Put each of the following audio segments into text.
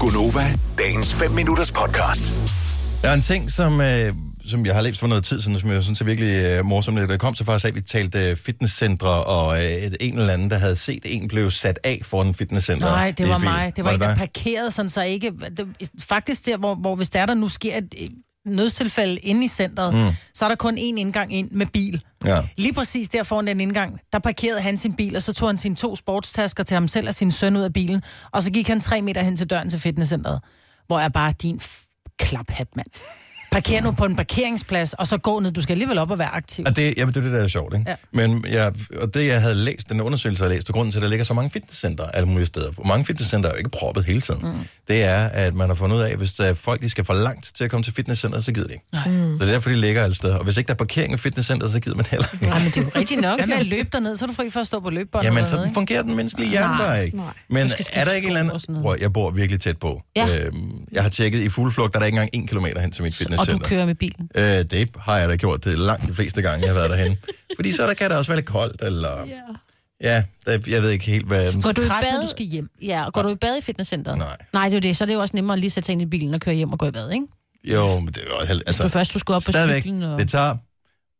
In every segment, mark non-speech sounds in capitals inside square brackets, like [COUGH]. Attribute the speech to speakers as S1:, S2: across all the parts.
S1: Gunova, dagens 5 minutters podcast.
S2: Der er en ting, som, øh, som jeg har læst for noget tid siden, som jeg synes er virkelig øh, morsomt. Det kom så faktisk af, at vi talte øh, fitnesscentre, og øh, et- en eller anden, der havde set en, blev sat af foran et fitnesscenter.
S3: Nej,
S2: i
S3: det var
S2: bil.
S3: mig. Det var, en,
S2: dig?
S3: der parkerede sådan, så ikke... Det, faktisk der, hvor, hvor hvis der, er, der nu sker et øh, nødstilfælde inde i centret, mm. så er der kun én indgang ind med bil.
S2: Ja.
S3: Lige præcis der foran den indgang, der parkerede han sin bil, og så tog han sine to sportstasker til ham selv og sin søn ud af bilen, og så gik han tre meter hen til døren til fitnesscenteret, hvor jeg bare, din f- klaphat, mand. Parker nu på en parkeringsplads, og så gå ned. Du skal alligevel op og være aktiv.
S2: Og det, jamen, det er det, der er sjovt, ikke? Ja.
S3: Ja.
S2: Men jeg, og det, jeg havde læst, den undersøgelse, jeg havde læst, og grunden til, at der ligger så mange fitnesscenter alle mulige steder, hvor mange fitnesscenter er jo ikke proppet hele tiden, mm. det er, at man har fundet ud af, at hvis der er folk, de skal for langt til at komme til fitnesscenter, så gider de ikke. Mm. Så det er derfor, de ligger alle steder. Og hvis ikke der er parkering i fitnesscenter, så gider man heller ikke.
S4: Nej, men det er jo rigtigt nok.
S3: Hvad med at løbe derned, så er du fri for at stå på løbebåndet.
S2: Jamen,
S3: eller noget,
S2: sådan
S3: ikke?
S2: fungerer den menneskelige hjerne der ikke.
S4: nej.
S2: Men
S4: Du skal skifte
S2: er der ikke en eller
S4: sko og sådan
S2: anden...
S4: noget.
S2: Prøv, jeg bor virkelig tæt på.
S4: Ja.
S2: Øhm, jeg har tjekket i fuld flugt, der er der ikke engang en kilometer hen til mit
S4: Og
S2: fitnesscenter.
S4: du kører med bilen.
S2: Øh, det har jeg da gjort det langt de fleste gange, jeg har været
S4: [LAUGHS]
S2: derhen. Fordi så der kan det også være lidt koldt, eller... Ja, ja der, jeg ved ikke helt, hvad...
S4: Går du i
S3: Træt, når
S4: bad?
S3: du skal hjem.
S4: Ja, og går du i bad i fitnesscenteret?
S2: Nej.
S4: Nej, det er jo det. Så er det jo også nemmere at lige sætte sig ind i bilen og køre hjem og gå i bad, ikke?
S2: Jo, men det er jo... altså- hel-
S4: Så du først, du skulle op på
S2: stadigvæk,
S4: cyklen. Og...
S2: det tager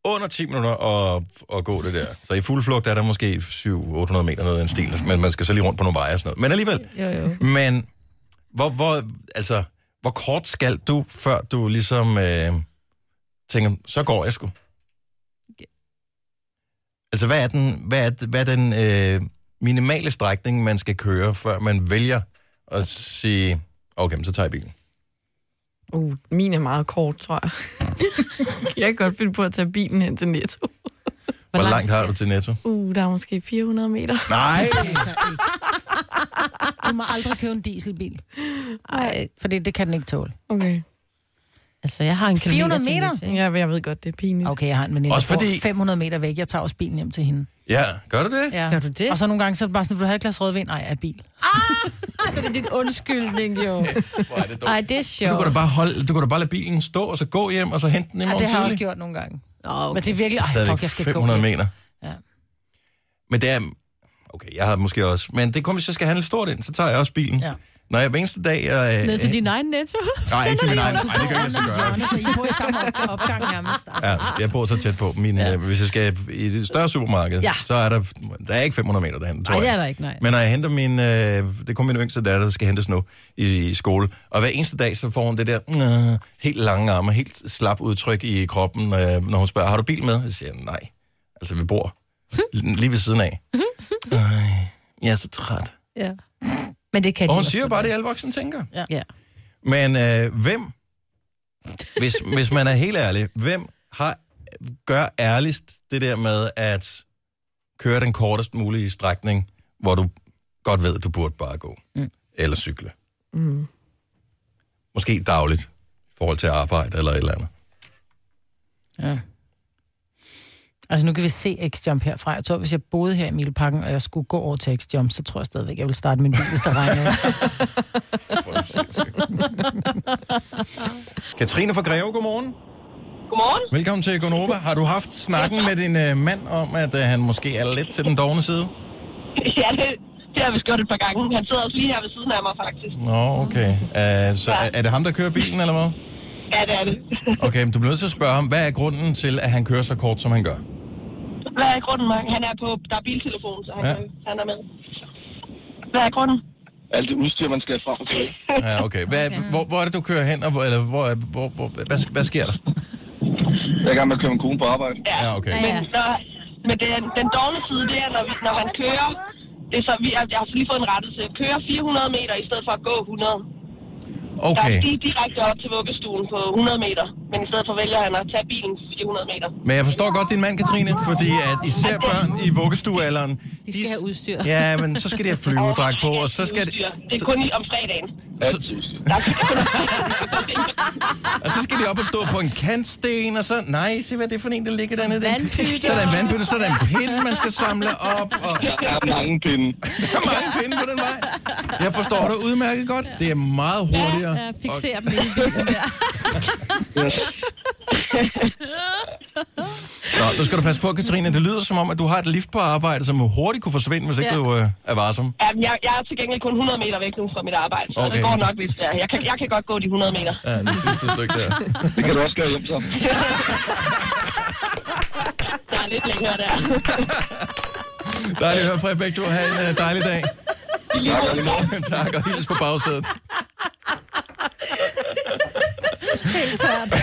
S2: under 10 minutter at, at gå det der. Så i fuld flugt er der måske 700-800 meter noget af den stil, men man skal så lige rundt på nogle veje og sådan noget. Men alligevel,
S4: Jo, jo.
S2: Men hvor, hvor, altså, hvor kort skal du, før du ligesom øh, tænker, så går jeg sgu? Altså, hvad er den, hvad er, hvad er den øh, minimale strækning, man skal køre, før man vælger at sige, okay, men så tager jeg bilen?
S5: Uh, min er meget kort, tror jeg. [LAUGHS] jeg kan godt finde på at tage bilen hen til Netto.
S2: Hvor, Hvor langt har du til Netto?
S5: Uh, der er måske 400 meter.
S2: Nej!
S3: Altså ikke. Du må aldrig købe en dieselbil,
S4: Ej,
S3: for det, det kan den ikke tåle.
S5: Okay.
S4: altså, jeg har en kilometer
S3: 400
S4: til
S3: meter?
S4: Nisse, ikke?
S5: Jeg, jeg ved godt, det er pinligt.
S3: Okay, jeg har en veninde,
S2: Også
S3: der bor
S2: fordi-
S3: 500 meter væk. Jeg tager også bilen hjem til hende.
S2: Ja, gør du det?
S3: Ja.
S4: Gør du det?
S3: Og så nogle gange, så er det bare sådan, vil du have et glas rødvin? Nej, jeg er bil.
S4: Det er din undskyldning, jo.
S2: [LAUGHS] Hvor er det dumt.
S4: Ej, det er
S2: Du
S4: sjovt.
S2: kan, da bare holde, du kan da bare lade bilen stå, og så gå hjem, og så hente den i
S3: Ja,
S2: morgen
S3: det har jeg
S2: tidlig.
S3: også gjort nogle gange.
S4: Nå, okay.
S3: Men det er virkelig, ej,
S2: stadigvæk
S3: fuck, jeg skal
S2: 500
S3: gå. hjem.
S2: meter.
S3: Ja.
S2: Men det er... Okay, jeg har måske også... Men det kommer, hvis jeg skal handle stort ind, så tager jeg også bilen.
S3: Ja.
S2: Når jeg hver eneste dag... Jeg,
S4: Ned til din egen netto. [LAUGHS]
S2: Nej, ikke til min egen. Nej, det kan jeg altså ikke så gøre.
S3: Hjørne, for I bor i samme op- opgang nærmest.
S2: Ja, jeg bor så tæt på. Min, ja. øh, hvis jeg skal i et større supermarked, ja.
S4: Ja.
S2: så er der, der er ikke 500 meter derhen, tror
S4: Nej, det
S2: jeg.
S4: er der ikke, nej.
S2: Men når jeg henter min... Øh, det er kun min yngste datter, der skal hentes nu i, i skole. Og hver eneste dag, så får hun det der "Nå", helt lange arme, helt slap udtryk i kroppen, øh, når hun spørger, har du bil med? Jeg siger, jeg, nej. Altså, vi
S4: [LAUGHS]
S2: bor lige ved siden af. Ej, jeg er så træt.
S4: Ja. Men det kan
S2: Og
S4: de
S2: hun
S4: også
S2: siger jo
S4: godt
S2: bare, det
S4: være.
S2: alle voksne tænker.
S4: Ja.
S2: Men øh, hvem, hvis, hvis man er helt ærlig, hvem har, gør ærligst det der med at køre den kortest mulige strækning, hvor du godt ved, at du burde bare gå mm. eller cykle? Mm. Måske dagligt i forhold til arbejde eller et eller andet.
S3: Altså, nu kan vi se X-Jump herfra. Jeg tror, hvis jeg boede her i Mileparken, og jeg skulle gå over til X-Jump, så tror jeg stadigvæk, jeg vil starte min bil, hvis der regner.
S2: Hvor er du sindssyg. Katrine fra Greve, godmorgen.
S6: Godmorgen.
S2: Velkommen til Gonova. Har du haft snakken med din øh, mand om, at øh, han måske er lidt til den dogne side?
S6: [LAUGHS] Ja, det, det har vi gjort et par gange. Han sidder også lige her ved siden af mig, faktisk.
S2: Nå, okay. Uh, så er, er det ham, der kører bilen, eller hvad?
S6: Ja, det er det. [LAUGHS]
S2: Okay, men du bliver nødt til at spørge ham, hvad er grunden til, at han kører så kort, som han gør?
S6: Hvad er grunden, Mark? Han er på... Der er biltelefon, så han,
S2: Ja.
S6: ja. han er med. Hvad er grunden?
S7: alt det udstyr, man skal have frem og tilbage.
S2: Ja, okay. Hvad, okay. Hvor, hvor er det, du kører hen, og hvor, eller hvor, hvor, hvor, hvad, hvad sker der?
S7: Jeg er i gang med at køre min kone på arbejde.
S2: Ja, okay.
S6: Men, når, men det, er- den dårlige side, det er, når, vi, når han kører... Det er så, vi, jeg har så lige fået en rettelse. Kører 400 meter i stedet for at gå 100. Der er
S2: Okay,
S6: lige direkte op til vuggestuen på 100 meter. Men i stedet for vælger han at tage bilen 400 meter.
S2: men jeg forstår godt din mand, Katrine, fordi at især børn i vuggestuealderen...
S4: De skal have udstyr.
S2: Ja, men så skal de have flyvedragt på, og så skal de,
S6: Udstyr. Det er kun i- om fredagen.
S2: så, og så skal de op og stå på en kantsten, og så... Nej, se hvad det er for en, der ligger dernede. Det er en-
S4: Vandpytte.
S2: Så er der en vandpytte, så er der en pind, man skal samle op, og...
S7: Der er
S2: [LAUGHS]
S7: mange pinde.
S2: Der er mange pinde på den vej. Jeg forstår dig udmærket godt. Det er meget hurtigere.
S4: Ja, fixere dem inde i bilen der.
S2: Nå, nu skal du passe på, Katrine. Det lyder som om, at du har et lift på arbejde, som hurtigt kunne forsvinde, hvis ikke
S4: Ja.
S2: du øh, er varsom.
S6: Jamen, jeg, jeg er til gengæld kun 100 meter væk nu fra mit arbejde, så okay.
S2: Okay.
S6: det går nok, hvis det er. Jeg kan, jeg kan godt gå de 100 meter.
S2: Ja, det sidste stykke der.
S7: Det kan du også gøre hjem så.
S6: Der er lidt længere der.
S2: Dejligt at høre fra jer begge to. Ha' en øh, dejlig dag. [LAUGHS]
S6: I lige
S7: Tak, og
S6: måde.
S7: i lige måde.
S2: tak, og hils på bagsædet.
S4: Helt tørt.